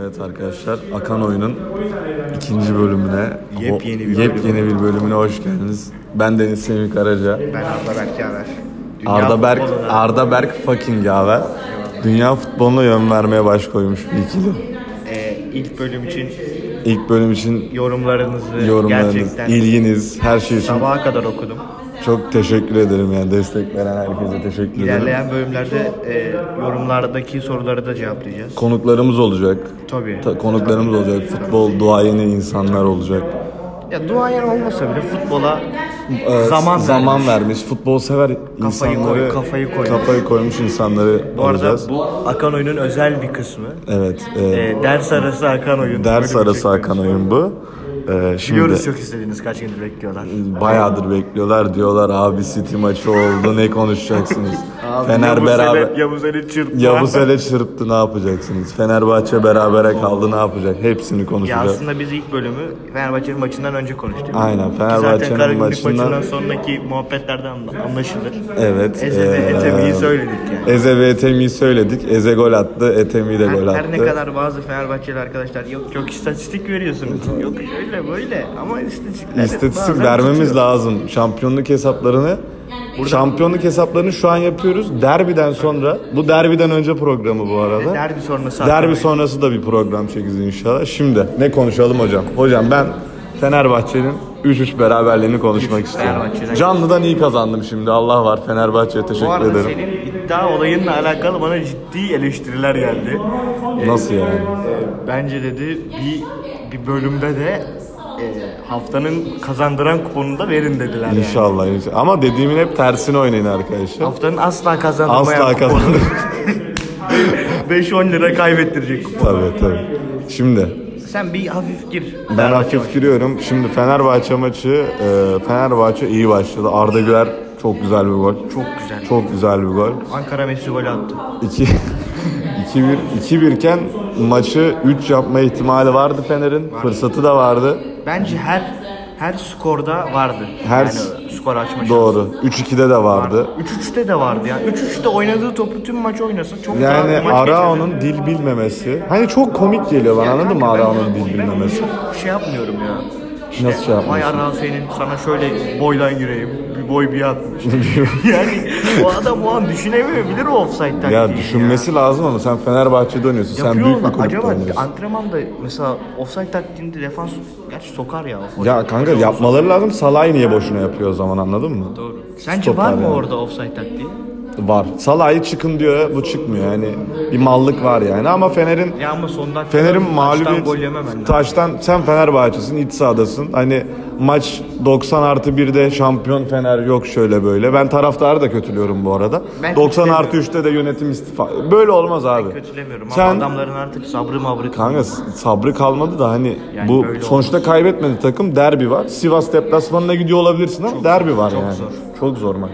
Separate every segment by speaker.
Speaker 1: Evet arkadaşlar Akan Oyun'un ikinci bölümüne
Speaker 2: Yepyeni bir
Speaker 1: yepyeni
Speaker 2: bölüm.
Speaker 1: bir bölümüne hoş geldiniz. Ben Deniz Semih Karaca.
Speaker 2: Ben Arda Berk Yaver. Dünya
Speaker 1: Arda Berk
Speaker 2: futboluna-
Speaker 1: Arda Berk fucking yaver. Dünya futboluna yön vermeye baş koymuş bir ikili.
Speaker 2: Ee, ilk bölüm için
Speaker 1: İlk bölüm için
Speaker 2: yorumlarınızı
Speaker 1: yorumlarınız,
Speaker 2: gerçekten
Speaker 1: ilginiz, her şey için
Speaker 2: sabaha kadar okudum.
Speaker 1: çok teşekkür ederim yani destek veren herkese teşekkür ederim.
Speaker 2: İlerleyen bölümlerde e, yorumlardaki soruları da cevaplayacağız.
Speaker 1: Konuklarımız olacak.
Speaker 2: Tabii.
Speaker 1: Ta- konuklarımız olacak. Futbol duayeni insanlar olacak.
Speaker 2: Ya duayen olmasa bile futbola
Speaker 1: Ee,
Speaker 2: zaman,
Speaker 1: zaman
Speaker 2: vermiş.
Speaker 1: vermiş. Futbol sever insanları
Speaker 2: koy- kafayı koymuş.
Speaker 1: kafayı koymuş insanları
Speaker 2: Bu
Speaker 1: alacağız.
Speaker 2: arada bu Akan Oyun'un özel bir kısmı.
Speaker 1: Evet. e,
Speaker 2: Ee, ders arası Akan Oyun.
Speaker 1: ders
Speaker 2: bölümü
Speaker 1: arası
Speaker 2: çekiyoruz.
Speaker 1: akan oyun bu. Ee, şimdi
Speaker 2: şey Biliyoruz çok istediğiniz kaç gündür bekliyorlar.
Speaker 1: bayağıdır bekliyorlar diyorlar abi City maçı oldu ne konuşacaksınız? Fener
Speaker 2: Yavuz
Speaker 1: beraber
Speaker 2: Ali- Yavuz Ali çırptı.
Speaker 1: Yavuz ele çırptı ne yapacaksınız? Fenerbahçe berabere kaldı ne yapacak? Hepsini
Speaker 2: Ya
Speaker 1: konuşacağız.
Speaker 2: aslında biz ilk bölümü Fenerbahçe'nin maçından önce konuştuk.
Speaker 1: Aynen,
Speaker 2: Ki
Speaker 1: Fenerbahçe'nin
Speaker 2: Zaten Karagümrük
Speaker 1: maçından-
Speaker 2: maçından sonraki muhabbetlerden anla- anlaşılır.
Speaker 1: Evet.
Speaker 2: Eze ve
Speaker 1: ee,
Speaker 2: Etemi'yi söyledik yani.
Speaker 1: Eze ve Etemi'yi söyledik. Eze gol attı. Etemi de
Speaker 2: Her,
Speaker 1: gol attı.
Speaker 2: her ne kadar bazı Fenerbahçeli arkadaşlar yok çok istatistik veriyorsunuz. yok şöyle böyle ama istatistikler
Speaker 1: İstatistik
Speaker 2: bazen
Speaker 1: vermemiz
Speaker 2: tutuyor.
Speaker 1: lazım. Şampiyonluk hesaplarını Şampiyonluk hesaplarını şu an yapıyoruz. Derbiden sonra. Bu derbiden önce programı bu arada.
Speaker 2: Derbi sonrası
Speaker 1: Derbi
Speaker 2: Ankara.
Speaker 1: sonrası da bir program çekeceğiz inşallah. Şimdi ne konuşalım hocam? Hocam ben Fenerbahçe'nin 3-3 beraberliğini konuşmak istiyorum.
Speaker 2: Fenerbahçe'den-
Speaker 1: Canlıdan iyi kazandım şimdi. Allah var Fenerbahçe'ye
Speaker 2: Bu
Speaker 1: teşekkür
Speaker 2: arada
Speaker 1: ederim.
Speaker 2: senin iddia olayınla alakalı bana ciddi eleştiriler geldi. Ee,
Speaker 1: Nasıl yani?
Speaker 2: e, bence dedi bir bir bölümde de e, haftanın kazandıran kuponunu da verin dediler yani.
Speaker 1: İnşallah, inşallah. Ama dediğimin hep tersini oynayın arkadaşlar.
Speaker 2: Haftanın asla kazanamayan
Speaker 1: Asla kazandım.
Speaker 2: 5-10 lira kaybettirecek kupon.
Speaker 1: tabii tabii. Şimdi
Speaker 2: Sen bir hafif gir.
Speaker 1: Ben hafif giriyorum. Şimdi Fenerbahçe maçı, e, Fenerbahçe iyi başladı. Arda Güler çok güzel bir gol. Çok
Speaker 2: güzel.
Speaker 1: Çok güzel bir gol.
Speaker 2: Ankara Messi golü attı.
Speaker 1: 2 2-1 2-1 iken maçı 3 yapma ihtimali vardı Fener'in. Fırsatı da vardı.
Speaker 2: Bence her her skorda vardı.
Speaker 1: Her
Speaker 2: yani skor açma şansı.
Speaker 1: Doğru. 3-2'de de vardı.
Speaker 2: 3-3'te de vardı ya. 3-3'te oynadığı topu tüm maç oynasın. Çok rahat bir
Speaker 1: Yani
Speaker 2: maç geçerdi.
Speaker 1: Arao'nun dil bilmemesi. Hani çok komik geliyor bana anladın mı
Speaker 2: Kanka ben-
Speaker 1: Arao'nun dil
Speaker 2: ben
Speaker 1: bilmemesi?
Speaker 2: çok şey yapmıyorum ya. İşte,
Speaker 1: Nasıl şey
Speaker 2: Vay
Speaker 1: yapmıyorsun?
Speaker 2: Arhan senin sana şöyle boydan gireyim. Bir boy bir atmış. yani o adam o an düşünemiyor bilir o offside taktiği.
Speaker 1: Ya düşünmesi lazım ama sen Fenerbahçe'de oynuyorsun. Sen
Speaker 2: Yapıyor
Speaker 1: büyük bir
Speaker 2: mu?
Speaker 1: kulüpte
Speaker 2: Acaba
Speaker 1: oynuyorsun.
Speaker 2: antrenmanda mesela offside taktiğinde defans gerçi sokar ya. o hoca.
Speaker 1: Ya kanka yapmaları lazım. Salah'ı niye boşuna yapıyor o zaman anladın mı?
Speaker 2: Doğru. Sence
Speaker 1: Stoper
Speaker 2: var mı
Speaker 1: yani.
Speaker 2: orada offside taktiği?
Speaker 1: Var. Salah'ı çıkın diyor bu çıkmıyor. Yani bir mallık var yani ama Fener'in
Speaker 2: Ya ama son dakika
Speaker 1: Fener'in
Speaker 2: taştan
Speaker 1: mağlubiyet
Speaker 2: gol yememen lazım.
Speaker 1: taştan sen Fenerbahçe'sin iç sahadasın. Hani maç 90 artı 1'de şampiyon Fener yok şöyle böyle. Ben taraftarı da kötülüyorum bu arada.
Speaker 2: Ben
Speaker 1: 90
Speaker 2: kötülemiyorum.
Speaker 1: artı 3'te de yönetim istifa. Böyle olmaz abi.
Speaker 2: Kötülemiyorum
Speaker 1: Sen-
Speaker 2: ama adamların artık sabrı mabrı.
Speaker 1: Kanka sabrı kalmadı da hani
Speaker 2: Yani
Speaker 1: bu
Speaker 2: böyle
Speaker 1: sonuçta kaybetmedi takım derbi var. Sivas deplasmanına gidiyor olabilirsin ama derbi var yani.
Speaker 2: zor.
Speaker 1: Çok zor maç.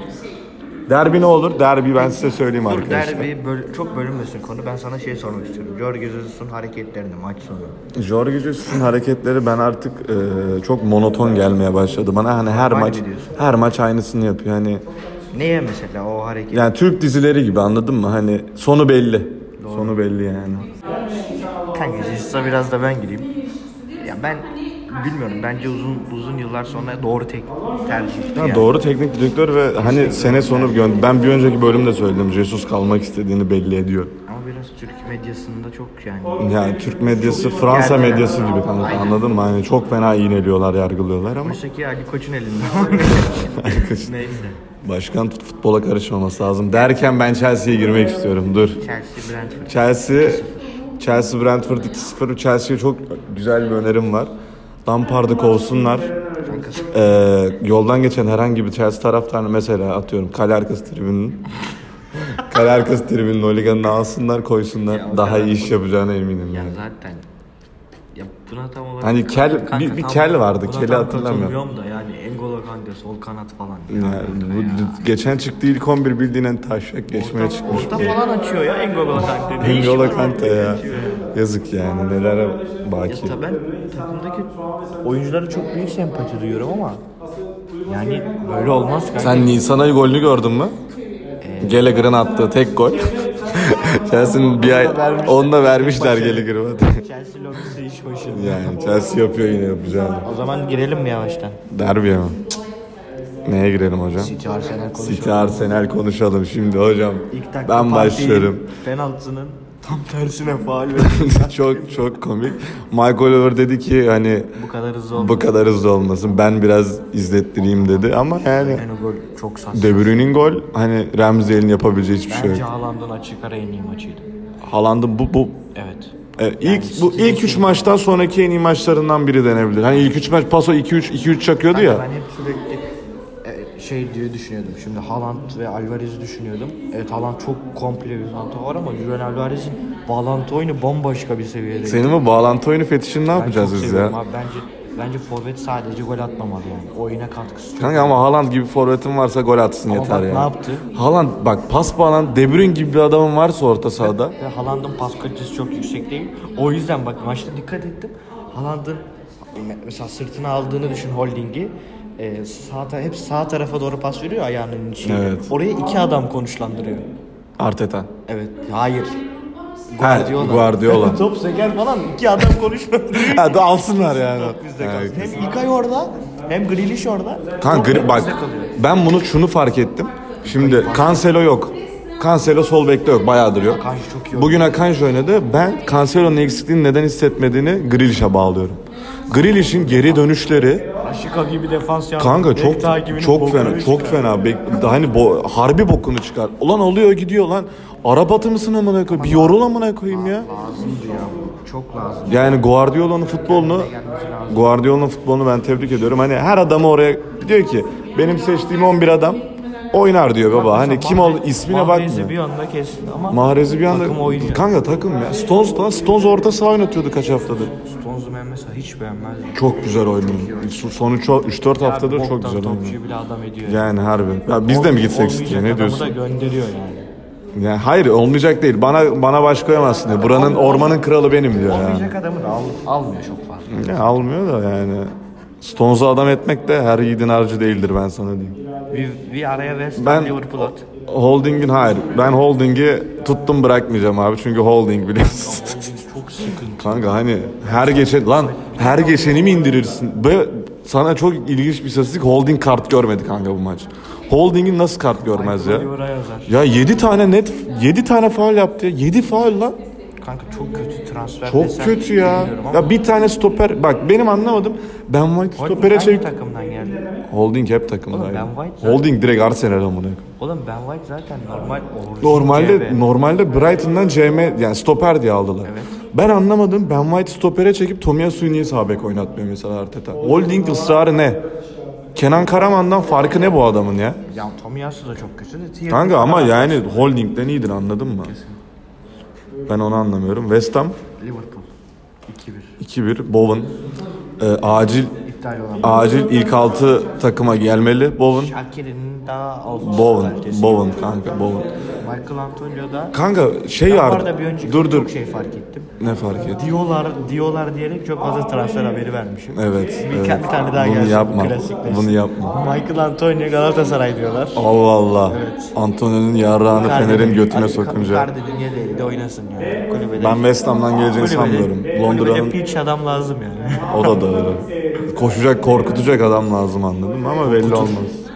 Speaker 1: Derbi ne olur? Derbi ben size söyleyeyim
Speaker 2: Dur
Speaker 1: arkadaşlar.
Speaker 2: derbi böl- çok bölünmesin konu. Ben sana şey sormak istiyorum. Jorge Jesus'un hareketlerini maç sonu.
Speaker 1: Jorge Jesus'un hareketleri ben artık e, çok monoton gelmeye başladı bana. Hani her
Speaker 2: Aynı
Speaker 1: maç
Speaker 2: diyorsun.
Speaker 1: her maç aynısını yapıyor. Hani
Speaker 2: Neye mesela o hareket?
Speaker 1: yani Türk dizileri gibi anladın mı? Hani sonu belli. Sonu belli yani.
Speaker 2: Kanka Jesus'a biraz da ben gireyim. Ya ben bilmiyorum bence uzun uzun yıllar sonra doğru tek tercihti.
Speaker 1: Ya
Speaker 2: yani.
Speaker 1: doğru teknik direktör ve hani sene sonu gö- ben bir önceki bölümde söyledim. Jesus kalmak istediğini belli ediyor.
Speaker 2: Ama biraz Türk medyasında çok yani.
Speaker 1: Yani Türk medyası Fransa
Speaker 2: Gerçekten.
Speaker 1: medyası gibi kanka anladın mı? Hani çok fena iğneliyorlar, yargılıyorlar ama
Speaker 2: Oysa ki Ali Koç'un elinde. Neyse.
Speaker 1: başkan tut- futbola karışmaması lazım. Derken ben Chelsea'ye girmek istiyorum. Dur.
Speaker 2: Chelsea Brentford.
Speaker 1: Chelsea Chelsea Brentford 2-0. Chelsea'ye çok güzel bir önerim var. Lampard'ı kovsunlar. Ee, yoldan geçen herhangi bir Chelsea taraftarını mesela atıyorum kale arkası tribünün kale arkası tribünün oliganını alsınlar koysunlar.
Speaker 2: Ya o
Speaker 1: Daha
Speaker 2: kadar-
Speaker 1: iyi iş yapacağına eminim.
Speaker 2: Ya
Speaker 1: Yani.
Speaker 2: zaten ya buna tam olarak
Speaker 1: Hani kel-
Speaker 2: Kanka
Speaker 1: bir- bir
Speaker 2: tam-
Speaker 1: kel vardı,
Speaker 2: buna
Speaker 1: keli
Speaker 2: tam
Speaker 1: hatırlamıyorum.
Speaker 2: katılmıyorum da yani Engolo Kante sol kanat falan.
Speaker 1: Ya, bu geçen çıktığı ilk 11 bildiğin en taşak geçmeye çıkmış.
Speaker 2: Orta falan açıyor ya Engolo Kante. Ne işi
Speaker 1: N'Golo
Speaker 2: şey var
Speaker 1: Kante
Speaker 2: orada
Speaker 1: ya.
Speaker 2: açıyor
Speaker 1: Yazık yani nelere
Speaker 2: Ya
Speaker 1: baki.
Speaker 2: tabii ben takımdaki oyunculara çok büyük sempati duyuyorum ama yani böyle olmaz kanka.
Speaker 1: Sen Nisan ayı golünü gördün mü? Gallagher'ın attığı tek gol. Chelsea'nin bir ay
Speaker 2: Onu da vermişler.
Speaker 1: onu da vermişler geli girmedi.
Speaker 2: Chelsea lobisi iş başı.
Speaker 1: Yani Chelsea yapıyor yine yapacağını.
Speaker 2: O zaman girelim mi yavaştan?
Speaker 1: Derbi ama. Cık. Neye girelim hocam?
Speaker 2: City Arsenal konuşalım.
Speaker 1: City Arsenal konuşalım şimdi hocam.
Speaker 2: İlk dakika
Speaker 1: Ben
Speaker 2: Partey'in
Speaker 1: başlıyorum.
Speaker 2: Penaltısının tam tersine faal ve
Speaker 1: çok çok komik. Michael Oliver dedi ki hani
Speaker 2: bu kadar hızlı oldu.
Speaker 1: bu kadar hızlı olmasın. Ben biraz izlettireyim dedi ama yani
Speaker 2: Yani gol çok saçma.
Speaker 1: De Bruyne'in gol hani Ramsey'in yapabileceği hiçbir şey
Speaker 2: Bence
Speaker 1: yok.
Speaker 2: Haaland'ın açık ara en iyi maçıydı.
Speaker 1: Haaland'ın bu bu
Speaker 2: Evet.
Speaker 1: e, ilk bu ilk 3 maçtan sonraki en iyi maçlarından biri denebilir. Hani ilk 3 maç paso 2 3 2 3 çakıyordu ya.
Speaker 2: Ben hep sürekli e, şey diye düşünüyordum. Şimdi Haaland ve Alvarez'i düşünüyordum. Evet Haaland çok komple bir santrafor var ama Julian Alvarez'in bağlantı oyunu bambaşka bir seviyede.
Speaker 1: Senin bu bağlantı oyunu fetişini ne
Speaker 2: Ben
Speaker 1: yapacağız
Speaker 2: çok
Speaker 1: biz
Speaker 2: seviyorum
Speaker 1: ya?
Speaker 2: Abi. Bence bence forvet sadece gol atmamalı yani. Oyuna katkısı çok.
Speaker 1: Kanka ama Haaland gibi forvetin varsa gol atsın
Speaker 2: Ama
Speaker 1: yeter
Speaker 2: bak
Speaker 1: ya.
Speaker 2: ne yaptı?
Speaker 1: Haaland bak pas bağlan De Bruyne gibi bir adamın varsa orta sahada
Speaker 2: Ve Haaland'ın pas kalitesi çok yüksek değil. O yüzden bak maçta dikkat ettim. Haaland'ın mesela sırtına aldığını düşün holdingi. E, sağ ta- hep sağ tarafa doğru pas veriyor ayağının içine.
Speaker 1: Evet.
Speaker 2: Oraya iki adam konuşlandırıyor.
Speaker 1: Arteta.
Speaker 2: Evet. Hayır.
Speaker 1: Ha, Guardiola.
Speaker 2: Top seker falan iki adam konuşlandırıyor.
Speaker 1: Ha, da alsınlar yani.
Speaker 2: Bizde
Speaker 1: Ha,
Speaker 2: kalsın. Hem İlkay orada hem Grealish orada.
Speaker 1: Kanka gri- bak ben bunu şunu fark ettim. Şimdi Cancelo yok. Cancelo sol bekte yok. Bayağıdır yok.
Speaker 2: Akanji çok iyi oynuyor.
Speaker 1: Bugün Akanji oynadı. Ben Cancelo'nun eksikliğini neden hissetmediğini Grealish'e bağlıyorum. Grealish'in geri dönüşleri
Speaker 2: Aşika gibi defans yaptı.
Speaker 1: kanka
Speaker 2: Bek
Speaker 1: çok
Speaker 2: takibini
Speaker 1: çok fena
Speaker 2: Bogdanovic
Speaker 1: çok
Speaker 2: yaptı.
Speaker 1: fena. Bek- hani bo, harbi bokunu çıkar. Ulan oluyor gidiyor lan. Arap atı mısın amına koyayım? Bir yorul amına koyayım ya.
Speaker 2: Lazımdı ya. bu, Çok lazım.
Speaker 1: Yani Guardiola'nın futbolunu Guardiola'nın futbolunu ben tebrik ediyorum. Hani her adamı oraya diyor ki benim seçtiğim 11 adam oynar diyor baba. Hani kim ol ismine
Speaker 2: Mahrez'i bir
Speaker 1: bakmıyor.
Speaker 2: anda kesti ama
Speaker 1: Mahrez'i bir anda
Speaker 2: takım oynuyor.
Speaker 1: kanka takım ya. Stones da Stones orta saha oynatıyordu kaç haftadır.
Speaker 2: Stonzu ben mesela hiç beğenmezdim.
Speaker 1: Çok güzel oynuyor. Son 3-4 haftadır çok güzel oynuyor.
Speaker 2: Topçuyu bile adam ediyor.
Speaker 1: Yani harbi. Ya biz de mi gitsek
Speaker 2: Olmayacak
Speaker 1: istiyor? Ne
Speaker 2: adamı
Speaker 1: diyorsun?
Speaker 2: da gönderiyor yani.
Speaker 1: Yani hayır olmayacak değil. Bana bana baş koyamazsın diyor. Buranın ormanın kralı benim diyor yani.
Speaker 2: Olmayacak adamı da al, almıyor çok fazla.
Speaker 1: Ya almıyor da yani. Stones'u adam etmek de her yiğidin harcı değildir ben sana diyeyim.
Speaker 2: Bir, bir araya West Ham
Speaker 1: Ben
Speaker 2: Liverpool at.
Speaker 1: Holding'in hayır. Ben Holding'i tuttum bırakmayacağım abi. Çünkü Holding biliyorsun.
Speaker 2: Çok sıkıntı.
Speaker 1: Kanka hani her geçen lan her geçeni mi indirirsin? Ve sana çok ilginç bir istatistik Holding kart görmedi kanka bu maç. Holding'in nasıl kart görmez ya?
Speaker 2: Oliver'a yazar.
Speaker 1: Ya 7 tane net 7 tane faul yaptı ya. 7 faul lan.
Speaker 2: Kanka çok kötü transfer
Speaker 1: Çok
Speaker 2: desem
Speaker 1: kötü ya.
Speaker 2: bilmiyorum ama
Speaker 1: Ya bir tane stoper bak benim anlamadım. Ben White
Speaker 2: Holding
Speaker 1: stopere
Speaker 2: hangi
Speaker 1: çevir.
Speaker 2: takımdan geldi?
Speaker 1: Holding hep takımda.
Speaker 2: Oğlum Ben
Speaker 1: aynı.
Speaker 2: White zaten-
Speaker 1: Holding direkt Arsenal amına. koyayım.
Speaker 2: Oğlum Ben White zaten normal orijinal
Speaker 1: Normalde
Speaker 2: CB.
Speaker 1: normalde Brighton'dan CM yani stoper diye aldılar. Ben anlamadım. Ben White stopere çekip Tomiyasu'yu niye sağ bek oynatmıyor mesela Arteta? Holding ısrarı ne? Kenan Karaman'dan farkı ne bu adamın ya?
Speaker 2: Ya Tomiyasu da çok kötü de. Tierney
Speaker 1: Kanka ama
Speaker 2: falan.
Speaker 1: yani Holding'den iyidir anladın mı? Ben onu anlamıyorum. West Ham
Speaker 2: Liverpool 2-1.
Speaker 1: 2-1 Bowen Ee, acil
Speaker 2: İptal olan.
Speaker 1: acil ilk altı takıma gelmeli Bowen.
Speaker 2: Şakir'in daha altı.
Speaker 1: Bowen,
Speaker 2: kalitesi.
Speaker 1: Bowen kanka Bowen.
Speaker 2: Michael Antonio da.
Speaker 1: Kanka şey
Speaker 2: Ben bu
Speaker 1: ya
Speaker 2: arada bir önceki
Speaker 1: dur dur
Speaker 2: çok şey fark ettim.
Speaker 1: ne fark et?
Speaker 2: Diyorlar, diyorlar diyerek çok fazla transfer haberi vermişim.
Speaker 1: Evet.
Speaker 2: Bir,
Speaker 1: evet.
Speaker 2: bir tane daha
Speaker 1: Bunu
Speaker 2: gelsin. bu
Speaker 1: yapma.
Speaker 2: klasikleşsin.
Speaker 1: Bunu yapma.
Speaker 2: Michael Antonio Galatasaray diyorlar.
Speaker 1: Allah Allah. Antonio'nun yarrağını Fener'in götüne sokunca.
Speaker 2: Kardeşim niye değil de oynasın yani. Kulübede.
Speaker 1: Ben West Ham'dan geleceğini sanmıyorum.
Speaker 2: kulübede, kulübede
Speaker 1: Londra'nın
Speaker 2: pitch adam lazım yani.
Speaker 1: o da doğru. Koşacak, korkutacak adam lazım anladın mı? Ama belli olmaz.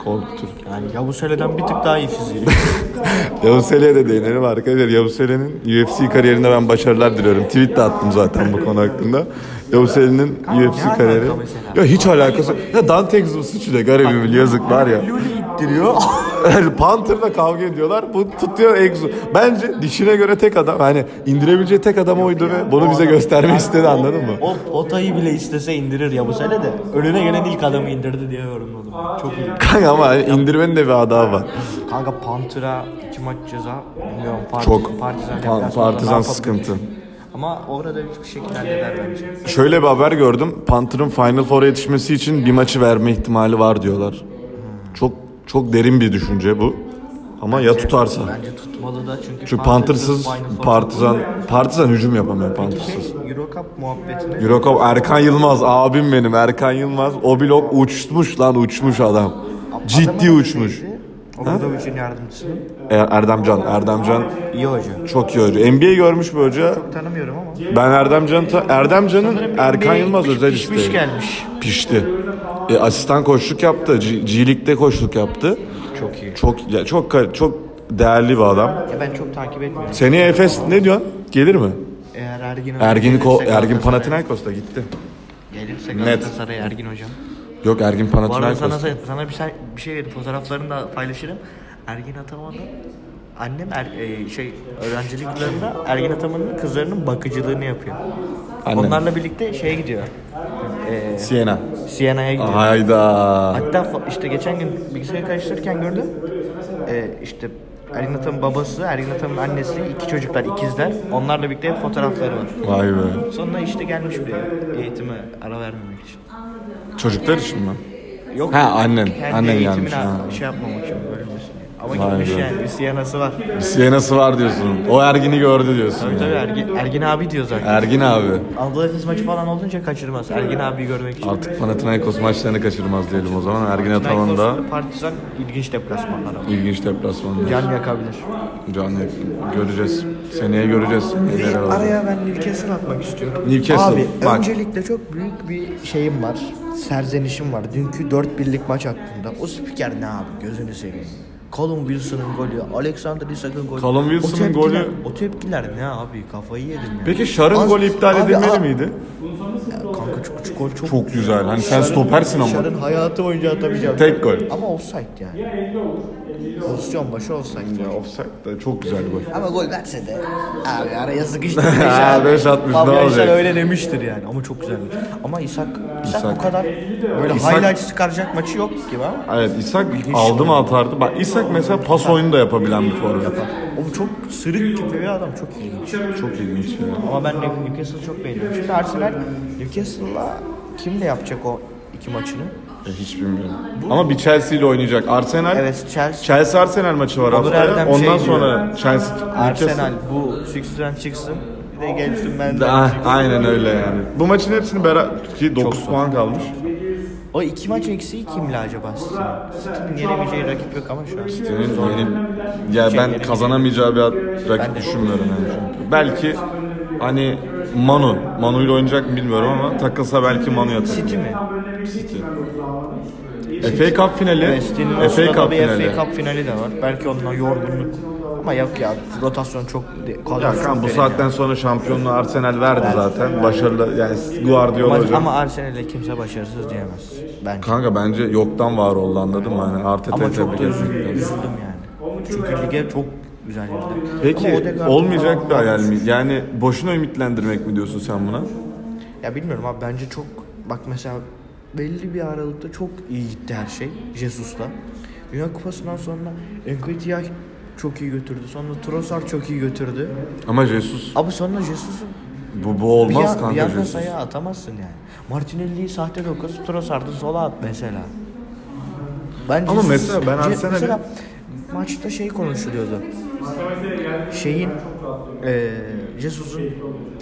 Speaker 1: Korkutur.
Speaker 2: Yani ya bu söyleden bir tık daha iyi fiziği.
Speaker 1: Yavuzeli'ye de değinelim arkadaşlar. Yavuzeli'nin UFC kariyerinde ben başarılar diliyorum. Tweet de attım zaten bu konu hakkında. Yavuzeli'nin
Speaker 2: ne
Speaker 1: UFC
Speaker 2: alaka
Speaker 1: kariyeri.
Speaker 2: mesela?
Speaker 1: Ya hiç alakası. Ya Dante Exum'su de garibim yazık var ya.
Speaker 2: Luli ittiriyor.
Speaker 1: Panther'la kavga ediyorlar. Bu tutuyor Exum. Bence dişine göre tek adam. Hani indirebileceği tek adam oydu ve bunu bize göstermek istedi anladın mı?
Speaker 2: o potayı bile istese indirir ya bu sene de. Önüne gelen ilk adamı indirdi diye yorumladım. Çok iyi.
Speaker 1: Kanka ama hani indirmenin de bir adabı var.
Speaker 2: Kanka Panther'a iki maç ceza. Bilmiyorum. Partiz-
Speaker 1: Çok.
Speaker 2: Partizan,
Speaker 1: Pan-
Speaker 2: deplasmanda ne
Speaker 1: Partizan
Speaker 2: yapabilir?
Speaker 1: sıkıntı.
Speaker 2: Ama orada hiçbir şekilde halleder bence.
Speaker 1: Şöyle bir haber gördüm. Panther'ın Final Four'a yetişmesi için bir maçı verme ihtimali var diyorlar. Çok çok derin bir düşünce bu. Ama ya tutarsa.
Speaker 2: Bence tutmalı da çünkü,
Speaker 1: Çünkü Panther'sız
Speaker 2: Final Four-
Speaker 1: Partizan Partizan hücum yapamıyor Panther'sız.
Speaker 2: Şey, Euro Cup muhabbetine
Speaker 1: Eurocup Erkan Yılmaz abim benim Erkan Yılmaz. O blok uçmuş lan uçmuş adam. Ciddi
Speaker 2: Adamın
Speaker 1: uçmuş.
Speaker 2: özelliği, Obradovic'in yardımcısının.
Speaker 1: Er- Erdemcan. Erdemcan
Speaker 2: İyi hoca.
Speaker 1: çok iyi hoca. NBA görmüş bu hoca.
Speaker 2: Tanımıyorum ama.
Speaker 1: Ben Erdemcan'ı ta- Erdemcan'ın Erkan
Speaker 2: NBA'ye
Speaker 1: Yılmaz
Speaker 2: gitmiş,
Speaker 1: özel
Speaker 2: pişmiş
Speaker 1: isteği.
Speaker 2: gelmiş.
Speaker 1: Pişti. E, asistan koçluk yaptı. G, G League'de koçluk yaptı.
Speaker 2: Çok iyi.
Speaker 1: Çok ya, çok kal- çok değerli bir adam.
Speaker 2: Ya ben çok takip etmiyorum.
Speaker 1: Seneye Efes ne diyorsun? Gelir mi?
Speaker 2: Eğer Ergin Hoca
Speaker 1: Ergin Ko-
Speaker 2: gelirse
Speaker 1: Ergin
Speaker 2: Galatasaray-
Speaker 1: Panathinaikos'ta gitti.
Speaker 2: Gelirse
Speaker 1: Net.
Speaker 2: Galatasaray Ergin hocam.
Speaker 1: Yok Ergin
Speaker 2: Bu arada sana,
Speaker 1: Panathinaikos.
Speaker 2: sana bir, şey, bir şey verin. Fotoğraflarını da paylaşırım. Ergin Ataman'ın annem er, e, şey öğrencilik yıllarında Ergin Ataman'ın kızlarının bakıcılığını yapıyor.
Speaker 1: Annem.
Speaker 2: Onlarla birlikte şeye gidiyor. E,
Speaker 1: Siena.
Speaker 2: Siena'ya gidiyor.
Speaker 1: Hayda.
Speaker 2: Hatta fa- işte geçen gün bilgisayarı karıştırırken gördüm. Ee, işte Ergin Atam'ın babası, Ergin Atam'ın annesi, iki çocuklar, ikizler. Onlarla birlikte hep fotoğrafları var.
Speaker 1: Vay be.
Speaker 2: Sonra işte gelmiş buraya eğitime ara vermemek için.
Speaker 1: Çocuklar için mi?
Speaker 2: Yok.
Speaker 1: Ha, annen.
Speaker 2: Kendi
Speaker 1: Annen
Speaker 2: eğitimine
Speaker 1: gelmiş, ha.
Speaker 2: şey yapmamak için bölünmesin. Ama
Speaker 1: Vay
Speaker 2: gitmiş
Speaker 1: be.
Speaker 2: yani bir siyanası var.
Speaker 1: Siena'sı var diyorsun. O Ergin'i gördü diyorsun.
Speaker 2: Tabii
Speaker 1: yani.
Speaker 2: tabii Ergin, Ergin abi diyor zaten.
Speaker 1: Ergin abi.
Speaker 2: Anadolu Efes maçı falan olunca kaçırmaz. Ergin abiyi görmek için.
Speaker 1: Artık Panathinaikos maçlarını kaçırmaz diyelim o zaman. Ergin Ataman da
Speaker 2: Panathinaikos'la Partizan ilginç deplasmanlar ama.
Speaker 1: ilginç deplasmanda.
Speaker 2: Can yakabilir.
Speaker 1: Canlı göreceğiz. Seneye göreceğiz. Neler olacak.
Speaker 2: Araya ben Newcastle atmak istiyorum.
Speaker 1: Newcastle,
Speaker 2: Abi
Speaker 1: bak.
Speaker 2: öncelikle çok büyük bir şeyim var. Serzenişim var. Dünkü 4 birlik maç hakkında. O spiker ne abi gözünü seveyim. Colin Wilson'ın golü, Alexander Isak'ın golü.
Speaker 1: Colin
Speaker 2: O
Speaker 1: Wilson'ın
Speaker 2: tepkiler-
Speaker 1: golü-
Speaker 2: O tepkiler ne abi kafayı yedim ya.
Speaker 1: Peki Şar'ın
Speaker 2: Az-
Speaker 1: golü iptal
Speaker 2: Abi,
Speaker 1: edilmeli
Speaker 2: a-
Speaker 1: miydi?
Speaker 2: Ya Kanka çok, çok gol çok.
Speaker 1: Çok güzel. Hani sen stopersin ama.
Speaker 2: Şar'ın hayatı boyunca atamayacağım.
Speaker 1: Tek gol.
Speaker 2: Ama offside yani. Pozisyon başı offside.
Speaker 1: Ya offside de çok güzel gol.
Speaker 2: Ama gol verse de abi araya sıkıştı.
Speaker 1: Ha, beş atmış, ne
Speaker 2: Fabian
Speaker 1: olacak?
Speaker 2: Schär öyle demiştir yani ama çok güzel. Ama İshak, İshak,
Speaker 1: İshak.
Speaker 2: bu kadar böyle
Speaker 1: İshak-
Speaker 2: highlights çıkaracak maçı yok gibi ama.
Speaker 1: Evet İshak aldı mı atardı. Bak İshak mesela pas oyunu da yapabilen bir forvet.
Speaker 2: O çok sırık gibi bir adam çok iyi.
Speaker 1: Çok ilginç ya.
Speaker 2: Ama ben New- Newcastle'ı çok beğeniyorum. Şimdi Arsenal Newcastle'la kimle yapacak o iki maçını?
Speaker 1: E, Hiç bilmiyorum. Ama bir Chelsea ile oynayacak. Arsenal.
Speaker 2: Evet Chelsea.
Speaker 1: Chelsea Arsenal maçı var
Speaker 2: Onur
Speaker 1: haftaya.
Speaker 2: Erdem
Speaker 1: Ondan
Speaker 2: şey
Speaker 1: sonra Chelsea
Speaker 2: Arsenal
Speaker 1: Newcastle.
Speaker 2: bu Sixth'den çıksın. Bir de gelsin ben de.
Speaker 1: Ah, aynen öyle yani. Bu maçın hepsini beraber ki 9 puan kalmış.
Speaker 2: O iki maç eksiği kimle acaba City'nin? City'nin yenemeyeceği rakip yok ama şu an.
Speaker 1: Senin yeni- ya ben kazanamayacağı bir rakip düşünmüyorum yani. çünkü. Belki hani Manu, Manu ile oynayacak mı bilmiyorum ama takılsa belki Manu yatar.
Speaker 2: City mi?
Speaker 1: City. FA Cup finali.
Speaker 2: Evet, City'nin o
Speaker 1: FA
Speaker 2: sırada
Speaker 1: Cup
Speaker 2: bir
Speaker 1: finali.
Speaker 2: FA Cup finali de var. Belki ondan yorgunluk. Ama yok ya rotasyon çok kadro
Speaker 1: Ya
Speaker 2: çok
Speaker 1: kan bu
Speaker 2: derin
Speaker 1: saatten sonra şampiyonluğu Arsenal verdi zaten. Başarılı yani Guardiola
Speaker 2: Ama-
Speaker 1: hocam.
Speaker 2: Ama Arsenal'e kimse başarısız diyemez. Bence.
Speaker 1: Kanka bence yoktan var oldu anladın mı? Yani Arteta'yı
Speaker 2: Ama çok
Speaker 1: tebrik
Speaker 2: da
Speaker 1: etmek
Speaker 2: üzüldüm,
Speaker 1: lazım.
Speaker 2: üzüldüm yani. Çünkü lige çok güzel girdi. Ama
Speaker 1: Peki
Speaker 2: Odegaard
Speaker 1: olmayacak
Speaker 2: falan-
Speaker 1: bir hayal mi? Yani boşuna ümitlendirmek mi diyorsun sen buna?
Speaker 2: Ya bilmiyorum abi bence çok bak mesela belli bir aralıkta çok iyi gitti her şey Jesus'la. Dünya Kupası'ndan sonra Enkuitiyah çok iyi götürdü. Sonra Trossard çok iyi götürdü.
Speaker 1: Ama Jesus
Speaker 2: Abi sonra Jesus'u
Speaker 1: bu, bu
Speaker 2: bir,
Speaker 1: olmaz
Speaker 2: yan- bir
Speaker 1: kanka
Speaker 2: yandan
Speaker 1: Jesus.
Speaker 2: sayı atamazsın yani. Martinelli'yi sahte dokuz, Trossard'ı sola at mesela. Bence
Speaker 1: Ama mesela ben Arsenal'i-
Speaker 2: mesela maçta şey konuşuluyordu. Şeyin eee Jesus'un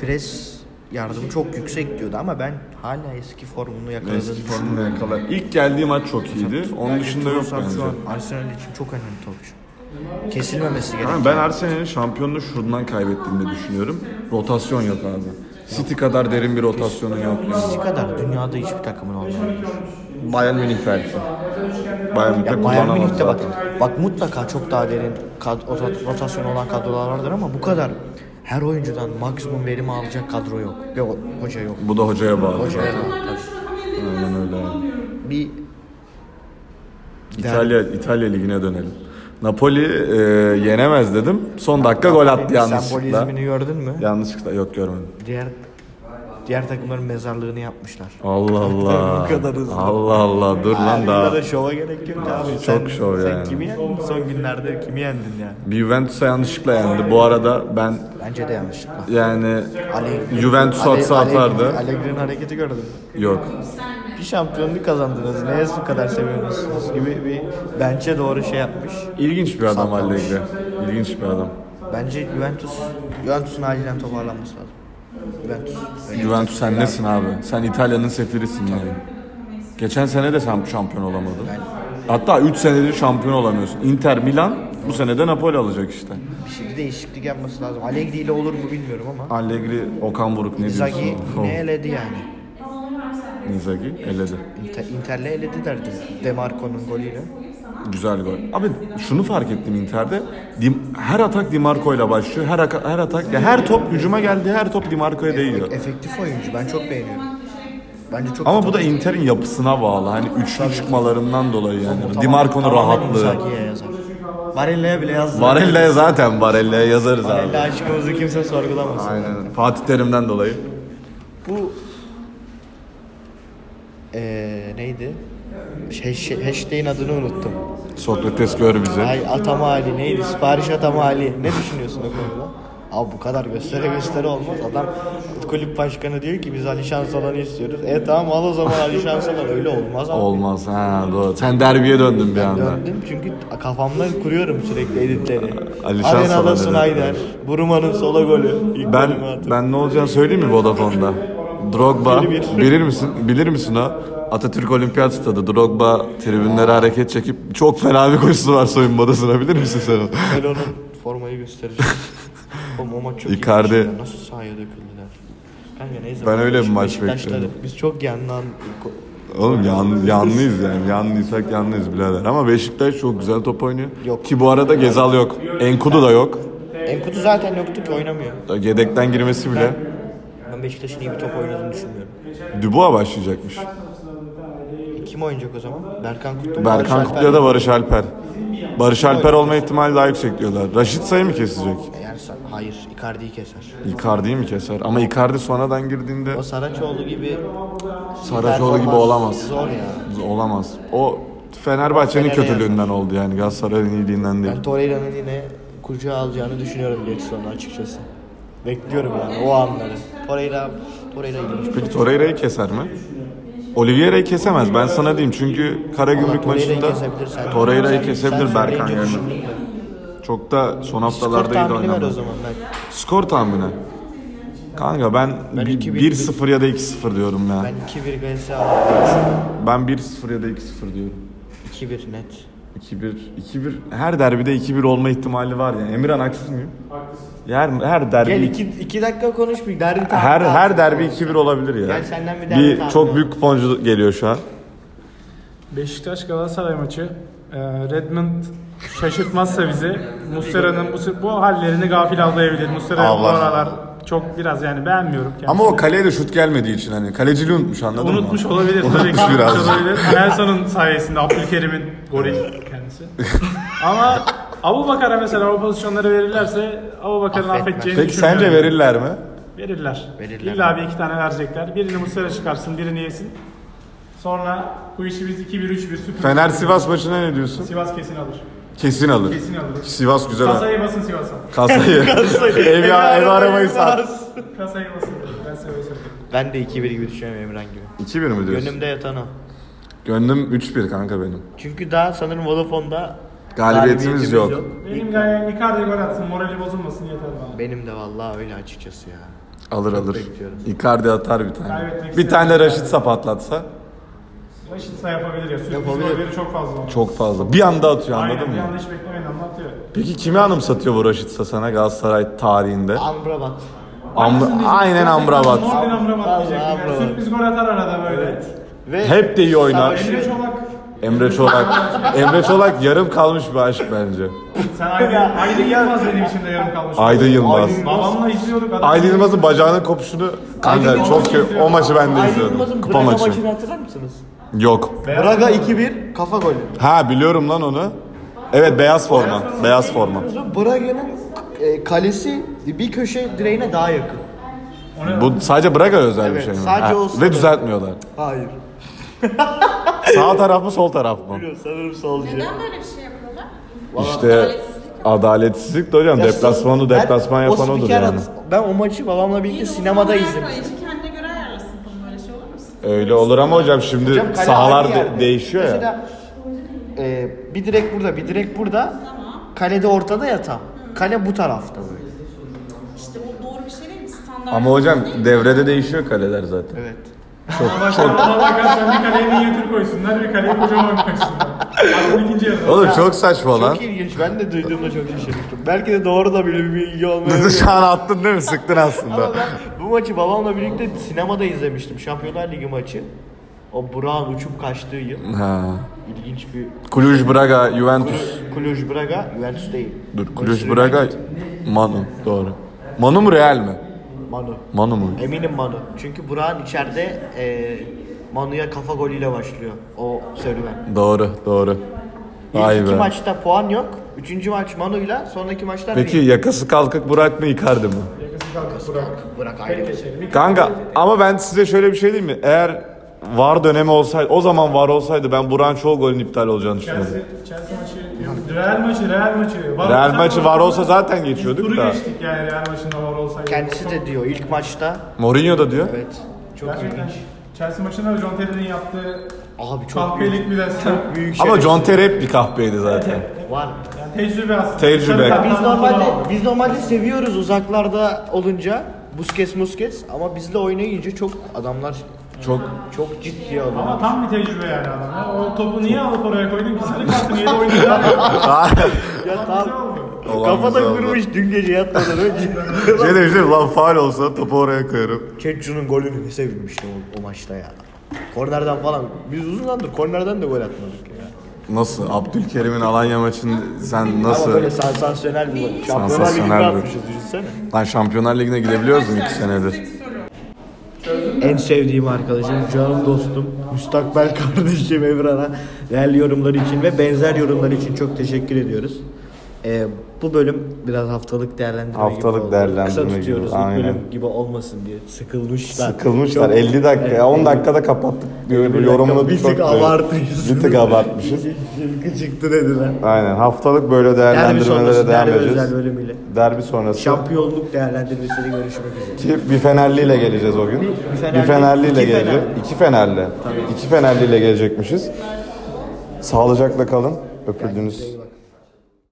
Speaker 2: pres yardımı çok yüksek diyordu ama ben hala eski formunu yakaladığını
Speaker 1: Eski
Speaker 2: düşünüyorum.
Speaker 1: formuna yakalar. İlk geldiği maç çok iyiydi. Onun
Speaker 2: Bence
Speaker 1: dışında yok
Speaker 2: Trossard
Speaker 1: bence.
Speaker 2: şu an Arsenal için çok önemli topçu. Kesilmemesi gerekiyor.
Speaker 1: Yani ben Arsenal'in şampiyonluğu şuradan kaybettiğini düşünüyorum. Rotasyon yok abi. City kadar derin bir rotasyonu yok.
Speaker 2: Sizi kadar dünyada hiçbir takımın olmayabilir.
Speaker 1: Bayern Münih belki. Bayern Münih'te
Speaker 2: Bayern
Speaker 1: kullanamaz
Speaker 2: Münih'te bak,
Speaker 1: zaten.
Speaker 2: bak mutlaka çok daha derin kad, ota- rotasyon olan kadrolar vardır ama bu kadar her oyuncudan maksimum verimi alacak kadro yok. Yok hoca yok.
Speaker 1: Bu da hocaya bağlı.
Speaker 2: Hoca yok.
Speaker 1: Aynen öyle abi.
Speaker 2: Bir
Speaker 1: İtalya, İtalya Ligi'ne dönelim. Napoli e, yenemez dedim. Son dakika gol attı yanlışlıkla.
Speaker 2: sembolizmini gördün mü?
Speaker 1: Yanlışlıkla yok görmedim.
Speaker 2: Diğer diğer takımların mezarlığını yapmışlar.
Speaker 1: Allah Allah.
Speaker 2: Bu kadar hızlı.
Speaker 1: Allah Allah dur lan
Speaker 2: Bunlara
Speaker 1: daha.
Speaker 2: da şova gerek yok abi. Çok
Speaker 1: şov
Speaker 2: sen
Speaker 1: yani.
Speaker 2: kimi yendin? Son günlerde kimi yendin yani?
Speaker 1: Bir Juventus'a yanlışlıkla yendi. Bu arada ben
Speaker 2: Bence de yanlışlıkla.
Speaker 1: yani
Speaker 2: Ale-
Speaker 1: Juventus
Speaker 2: Ale-
Speaker 1: atsa
Speaker 2: Ale-
Speaker 1: atardı.
Speaker 2: Allegri'nin hareketi gördün mü?
Speaker 1: Yok.
Speaker 2: bir şampiyonluk kazandınız. Neye bu kadar seviyorsunuz gibi bir bençe doğru şey yapmış.
Speaker 1: İlginç bir adam
Speaker 2: Satmamış.
Speaker 1: Allegri. İlginç bir adam.
Speaker 2: Bence Juventus Juventus'un acilen toparlanması lazım. Juventus.
Speaker 1: Juventus sen nesin abi? Sen İtalya'nın sefirisin yani. Geçen sene de sen şampiyon olamadın. Hatta 3 senedir şampiyon olamıyorsun. Inter Milan bu sene de Napoli alacak işte.
Speaker 2: Bir şey bir değişiklik yapması lazım. Allegri ile olur mu bilmiyorum ama.
Speaker 1: Allegri, Okan Buruk ne diyorsun?
Speaker 2: Zagi
Speaker 1: Oh,
Speaker 2: ne eledi yani?
Speaker 1: Inzaghi eledi.
Speaker 2: Inter, Inter'le eledi derdi. Demarco'nun golüyle.
Speaker 1: Güzel gol. Abi şunu fark ettim Inter'de. Dim- her atak Dimarco ile başlıyor. Her, aka- her atak, ya her top hücuma geldi. Her top Dimarco'ya değiyor.
Speaker 2: Efektif oyuncu. Ben çok beğeniyorum. Bence çok
Speaker 1: Ama bu da Inter'in yapısına bağlı. Hani üçlü çıkmalarından dolayı yani.
Speaker 2: Tamam,
Speaker 1: Dimarco'nun
Speaker 2: tamamen
Speaker 1: rahatlığı.
Speaker 2: Inzaghi'ye yazar. Barella'ya bile yazdı.
Speaker 1: Barella'ya zaten Barella'ya yazarız abi.
Speaker 2: Barella aşkımızı kimse sorgulamaz.
Speaker 1: Aynen. Fatih Terim'den dolayı.
Speaker 2: Bu Eee neydi? Hash, hashtag'in adını unuttum.
Speaker 1: Sokrates gör bizi.
Speaker 2: Ay atama Ali neydi? Sipariş atama Ali. Ne düşünüyorsun o konuda? Abi bu kadar göstere gösteri olmaz. Adam kulüp başkanı diyor ki biz Ali Şansalan'ı istiyoruz. E tamam al o zaman Ali Şansalan. Öyle olmaz abi.
Speaker 1: Olmaz. Ha, doğru. Sen derbiye döndün bir anda.
Speaker 2: Döndüm çünkü kafamdan kuruyorum sürekli editleri.
Speaker 1: Ali Şansalan
Speaker 2: Arenada
Speaker 1: dedi.
Speaker 2: Snyder, Buruma'nın sola golü. İlk
Speaker 1: Ben
Speaker 2: golümü attım.
Speaker 1: ben ne olacağını söyleyeyim mi Vodafone'da? Drogba
Speaker 2: Bir bir.
Speaker 1: bilir misin? Bilir misin o? Atatürk Olimpiyat Stadı Drogba tribünlere hareket çekip çok fena bir koşusu var soyunma odasına bilir misin sen onu?
Speaker 2: Böyle onun formayı göstereceğim. Oğlum o maç çok iyi
Speaker 1: Icardi.
Speaker 2: maç ya. Nasıl sahaya döküldüler. Kanka neyse.
Speaker 1: Ben öyle bir maç
Speaker 2: Beşiktaşları-
Speaker 1: bekliyorum.
Speaker 2: Biz çok yandan...
Speaker 1: Oğlum yan, yanlıyız yani. Yanlıysak yanlıyız birader. Ama Beşiktaş çok güzel top oynuyor.
Speaker 2: Yok.
Speaker 1: Ki bu arada Gezal yok. Enkudu da yok.
Speaker 2: Enkudu zaten yoktu ki oynamıyor.
Speaker 1: Yedekten girmesi bile.
Speaker 2: Ben Beşiktaş'ın iyi bir top oynadığını düşünmüyorum.
Speaker 1: Dubois başlayacakmış.
Speaker 2: E, kim oynayacak o zaman? Berkan Kutlu.
Speaker 1: Berkan
Speaker 2: Kutlu'ya
Speaker 1: Kutlu'ya da Barış Alper. Barış Alper olma ihtimali daha yüksek diyorlar. Raşit sayı mı kesecek?
Speaker 2: Eğer sa- hayır Icardi'yi keser.
Speaker 1: Icardi'yi mi keser? Ama Icardi sonradan girdiğinde
Speaker 2: O Saraçoğlu gibi
Speaker 1: Saracoğlu gibi
Speaker 2: performans
Speaker 1: olamaz.
Speaker 2: Zor ya.
Speaker 1: olamaz. O Fenerbahçe'nin
Speaker 2: Fener'e
Speaker 1: kötülüğünden oldu yani Galatasaray'ın iyiliğinden değil.
Speaker 2: Ben Torreira'nın yine kucağa alacağını düşünüyorum geç sonra açıkçası. Bekliyorum yani o anları. Torreira, Torreira ilginç.
Speaker 1: Peki Torreira'yı keser mi? Oliviera'yı kesemez ben sana diyeyim çünkü Karagümrük
Speaker 2: Torreira'yı
Speaker 1: maçında
Speaker 2: kesebilir sen.
Speaker 1: Torreira'yı
Speaker 2: Sen-
Speaker 1: kesebilir
Speaker 2: sen
Speaker 1: Berkan
Speaker 2: söyleyince
Speaker 1: yani.
Speaker 2: düşündüm.
Speaker 1: Çok da son
Speaker 2: Skor
Speaker 1: haftalarda iyi de
Speaker 2: tahmini ver o
Speaker 1: oynamadı.
Speaker 2: zaman ben.
Speaker 1: Skor tahmini. Kanka ben,
Speaker 2: Ben
Speaker 1: bir-
Speaker 2: 2-1
Speaker 1: 1-0 ya da 2-0 diyorum ya.
Speaker 2: Ben 2-1 Galatasaray aldım.
Speaker 1: Ben 1-0 ya da 2-0 diyorum.
Speaker 2: 2-1 net.
Speaker 1: 2-1, 2-1. Her derbide 2-1 olma ihtimali var yani. Emirhan haksız mıyım? Haklısın. Her, her derbi
Speaker 2: Gel 2 dakika konuş bir derbi tahmini.
Speaker 1: her her
Speaker 2: alsın.
Speaker 1: derbi 2-1 olabilir ya.
Speaker 2: Gel senden bir derbi tahmini
Speaker 1: çok
Speaker 2: al.
Speaker 1: büyük kuponcu geliyor şu an.
Speaker 3: Beşiktaş Galatasaray maçı e, Redmond şaşırtmazsa bizi Muslera'nın bu, bu hallerini gafil avlayabilir. Muslera bu
Speaker 1: Avlar.
Speaker 3: aralar çok biraz yani beğenmiyorum kendisini.
Speaker 1: Ama o kaleye de şut gelmediği için hani kaleciliği unutmuş anladın mı?
Speaker 3: unutmuş olabilir tabii
Speaker 1: Unutmuş
Speaker 3: ki. unutmuş
Speaker 1: biraz.
Speaker 3: olabilir. Nelson'un sayesinde Abdülkerim'in golü kendisi. Ama Abu Bakar'a mesela o pozisyonları verirlerse Abu Bakar'ın
Speaker 2: Affetmez.
Speaker 3: affedeceğini
Speaker 1: Peki
Speaker 3: düşünmüyorum.
Speaker 1: sence verirler mi?
Speaker 3: Verirler.
Speaker 2: Verirler.
Speaker 3: İlla bir iki tane verecekler. Birini Muslera çıkarsın, birini yesin. Sonra bu işi biz 2-1, 3-1 süpürürüz.
Speaker 1: Fener Sivas maçına ne diyorsun?
Speaker 3: Sivas kesin alır.
Speaker 1: Kesin alır.
Speaker 3: Kesin alır.
Speaker 1: Sivas güzel alır.
Speaker 3: Kasayı basın Sivas'a.
Speaker 1: Kasayı. ev, ev aramayı sat.
Speaker 3: Kasayı basın. Ben size öyle söyleyeyim.
Speaker 2: Ben de 2-1 gibi düşünüyorum Emran gibi.
Speaker 1: 2-1 mi diyorsun?
Speaker 2: Gönlümde yatan o.
Speaker 1: Gönlüm 3-1 kanka benim.
Speaker 2: Çünkü daha sanırım Vodafone'da
Speaker 1: Galibiyetimiz yok.
Speaker 3: Benim gayem Icardi gol atsın, morali bozulmasın yeter bana.
Speaker 2: Benim de vallahi öyle açıkçası ya.
Speaker 1: Alır alır.
Speaker 2: bekliyorum.
Speaker 1: Icardi atar bir
Speaker 3: Kaybetmek
Speaker 1: tane. Bir
Speaker 3: istemiyorum.
Speaker 1: tane Raşit Sap atlatsa
Speaker 3: Raşitsa yapabilir ya. Sürpriz
Speaker 2: Yapabilir.
Speaker 3: golleri çok fazla olmuş.
Speaker 1: çok fazla. Bir anda atıyor anladın
Speaker 3: Aynen bir anda
Speaker 1: mı?
Speaker 3: hiç beklemeyin anlatıyor.
Speaker 1: Peki kimi anımsatıyor bu Raşitsa sana Galatasaray tarihinde?
Speaker 2: Amrabat.
Speaker 1: Amra- Aynen Amrabat.
Speaker 3: Mordin Amrabat
Speaker 2: Vallahi
Speaker 3: diyecek. Yani
Speaker 2: Amrabat.
Speaker 3: sürpriz gol atar arada böyle.
Speaker 2: Ve
Speaker 1: Hep de iyi oynar.
Speaker 3: Emre Çolak.
Speaker 1: Emre Çolak. Emre Çolak yarım kalmış bir aşk bence.
Speaker 3: Sen Aydın, Aydın Yılmaz benim içimde yarım kalmış.
Speaker 1: Aydın Yılmaz.
Speaker 3: Babamla izliyorduk. adam-
Speaker 1: Aydın Yılmaz'ın bacağının kopuşunu kanka
Speaker 3: Yılmaz
Speaker 1: çok kötü. O maçı ben de
Speaker 2: Aydın
Speaker 1: izliyordum.
Speaker 2: Yılmaz'ın
Speaker 1: Kupa
Speaker 2: Braga maçını
Speaker 1: maçı.
Speaker 2: hatırlar mısınız?
Speaker 1: Yok.
Speaker 2: Braga 2-1 kafa golü.
Speaker 1: Ha biliyorum lan onu. Evet beyaz forma. Beyaz forma.
Speaker 2: Braga'nın e, kalesi bir köşe direğine daha yakın.
Speaker 3: O ne-
Speaker 1: Bu sadece Braga özel bir
Speaker 2: Evet,
Speaker 1: şey mi?
Speaker 2: sadece
Speaker 1: Ha,
Speaker 2: olsa
Speaker 1: Ve
Speaker 2: da.
Speaker 1: düzeltmiyorlar.
Speaker 2: Hayır.
Speaker 1: Sağ taraf mı sol taraf mı?
Speaker 2: Sanırım solcu.
Speaker 4: Neden böyle bir şey yapıyorlar?
Speaker 1: İşte adaletsizlik de hocam. Deplasmanı deplasman yapan odur yani.
Speaker 2: Ben o maçı babamla birlikte sinemada izledim.
Speaker 4: Ayıcı kendine göre ayarlasın bunu böyle şey olur mu?
Speaker 1: Öyle olur ama hocam şimdi
Speaker 2: Hocam kale
Speaker 1: sahalar
Speaker 2: aynı
Speaker 1: de-
Speaker 2: yerde.
Speaker 1: değişiyor ya.
Speaker 2: Mesela e, bir direk burada, bir direk burada. Kale de ortada ya tam. Kale bu tarafta böyle.
Speaker 4: İşte bu doğru bir şey değil mi? Standart.
Speaker 1: Ama hocam devrede değişiyor kaleler zaten.
Speaker 2: Evet.
Speaker 3: Ama baştan bana bakarsan bir kaleye minyatür koysunlar, bir kaleye kocaman koysunlar. Aklın ikinci yarı.
Speaker 1: Oğlum çok saçma lan.
Speaker 2: Çok ilginç. Ben de duyduğumda çok şaşırmıştım. Belki de doğru da bile bir bilgi olmayabilir.
Speaker 1: Şu an attın değil mi? Sıktın aslında.
Speaker 2: Ama ben bu maçı babamla birlikte sinemada izlemiştim. Şampiyonlar Ligi maçı. O Burak'ın uçup kaçtığı yıl.
Speaker 1: Ha.
Speaker 2: İlginç bir
Speaker 1: Cluj Braga, Juventus.
Speaker 2: Cluj Braga, Juventus değil.
Speaker 1: Dur, Cluj
Speaker 2: Manchester
Speaker 1: Braga,
Speaker 2: United.
Speaker 1: Manu. Doğru. Manu mu Real mi?
Speaker 2: Manu.
Speaker 1: Manu mu?
Speaker 2: Eminim Manu. Çünkü Burak'ın içeride e, Manu'ya kafa golüyle başlıyor o serüven.
Speaker 1: Doğru, doğru.
Speaker 2: İlk
Speaker 1: Vay
Speaker 2: iki
Speaker 1: be.
Speaker 2: maçta puan yok. Üçüncü maç Manu'yla, sonraki maçlar
Speaker 1: Peki
Speaker 2: Real.
Speaker 1: yakası kalkık Burak mı Icardi mı?
Speaker 2: Burak ayrı bir
Speaker 1: Kanka ama ben size şöyle bir şey diyeyim mi? Eğer var dönemi olsaydı, o zaman var olsaydı ben Burak'ın çoğu golün iptal olacağını düşünüyorum.
Speaker 3: Chelsea, Chelsea maçı, Real maçı, Real maçı. Var
Speaker 1: Real
Speaker 3: olsa-
Speaker 1: maçı var olsa zaten geçiyorduk
Speaker 3: Turu
Speaker 1: da.
Speaker 3: geçtik yani Real maçında var olsaydı.
Speaker 2: Kendisi de diyor ilk maçta.
Speaker 1: Mourinho da diyor.
Speaker 2: Evet. Çok
Speaker 3: Gerçekten
Speaker 2: ilginç.
Speaker 3: Chelsea maçında John Terry'nin yaptığı
Speaker 2: Abi çok büyük.
Speaker 3: kahpelik bir de
Speaker 2: Çok büyük
Speaker 1: Ama
Speaker 2: şerefsiz.
Speaker 1: John Terry hep bir kahpeydi zaten.
Speaker 2: Var.
Speaker 3: Yani tecrübe aslında.
Speaker 1: Tecrübe.
Speaker 3: Tabii
Speaker 2: Biz
Speaker 3: tabii.
Speaker 2: normalde biz normalde seviyoruz uzaklarda olunca Busquets Musquets ama bizle oynayınca çok adamlar
Speaker 1: Çok
Speaker 2: çok ciddi
Speaker 3: Ama
Speaker 2: adam.
Speaker 3: tam bir tecrübe yani adam. ya. O topu niye alıp oraya koydun ki? Sarı kartı niye de oynayacaksın?
Speaker 2: Ya tam
Speaker 1: Olan
Speaker 2: kafada
Speaker 1: güzel oldu.
Speaker 2: vurmuş dün gece yatmadan önce.
Speaker 1: şey demiştim lan faal olsa topu oraya koyarım.
Speaker 2: Çetçu'nun golünü ne sevinmiştim o, o maçta ya. Kornerden falan. Biz uzun zamandır kornerden de gol atmadık ya.
Speaker 1: Nasıl? Abdülkerim'in Alanya maçını sen
Speaker 2: Ama
Speaker 1: nasıl?
Speaker 2: böyle sansasyonel bir gol. Şampiyonlar Ligi'nde
Speaker 1: Sansasyonel bir-
Speaker 2: atmışız düşünsene.
Speaker 1: Lan Şampiyonlar Ligi'ne gidebiliyoruz mu iki senedir?
Speaker 4: Tek soru.
Speaker 2: En sevdiğim arkadaşım, canım dostum, müstakbel kardeşim Evran'a değerli yorumları için ve benzer yorumlar için çok teşekkür ediyoruz. Ee, bu bölüm biraz haftalık değerlendirme
Speaker 1: Haftalık
Speaker 2: gibi oldu.
Speaker 1: değerlendirme
Speaker 2: Kısa
Speaker 1: gibi,
Speaker 2: tutuyoruz ilk
Speaker 1: aynen.
Speaker 2: bölüm gibi olmasın diye. Sıkılmışlar.
Speaker 1: Sıkılmışlar
Speaker 2: Çok-
Speaker 1: 50 dakika
Speaker 2: Evet,
Speaker 1: ya 10 dakikada kapattık.
Speaker 2: bir dakika,
Speaker 1: Yorumunu
Speaker 2: bir
Speaker 1: çok
Speaker 2: tık abartmışız.
Speaker 1: Bir tık abartmışız.
Speaker 2: Şılkı çıktı dediler.
Speaker 1: Aynen haftalık böyle
Speaker 2: Derbi
Speaker 1: değerlendirmelere
Speaker 2: sonrası,
Speaker 1: devam
Speaker 2: derbi
Speaker 1: edeceğiz.
Speaker 2: özel bölümüyle.
Speaker 1: Derbi sonrası.
Speaker 2: Şampiyonluk değerlendirmesiyle görüşmek üzere.
Speaker 1: Ki bir Fenerli'yle geleceğiz o gün. Bir
Speaker 2: Fenerli,
Speaker 1: Fenerli'yle
Speaker 2: iki
Speaker 1: geleceğiz.
Speaker 2: Fenerli.
Speaker 1: İki Fenerli. İki Fenerli'yle gelecekmişiz. Sağlıcakla kalın. Öpüldünüz.
Speaker 2: Kendinize iyi bakın.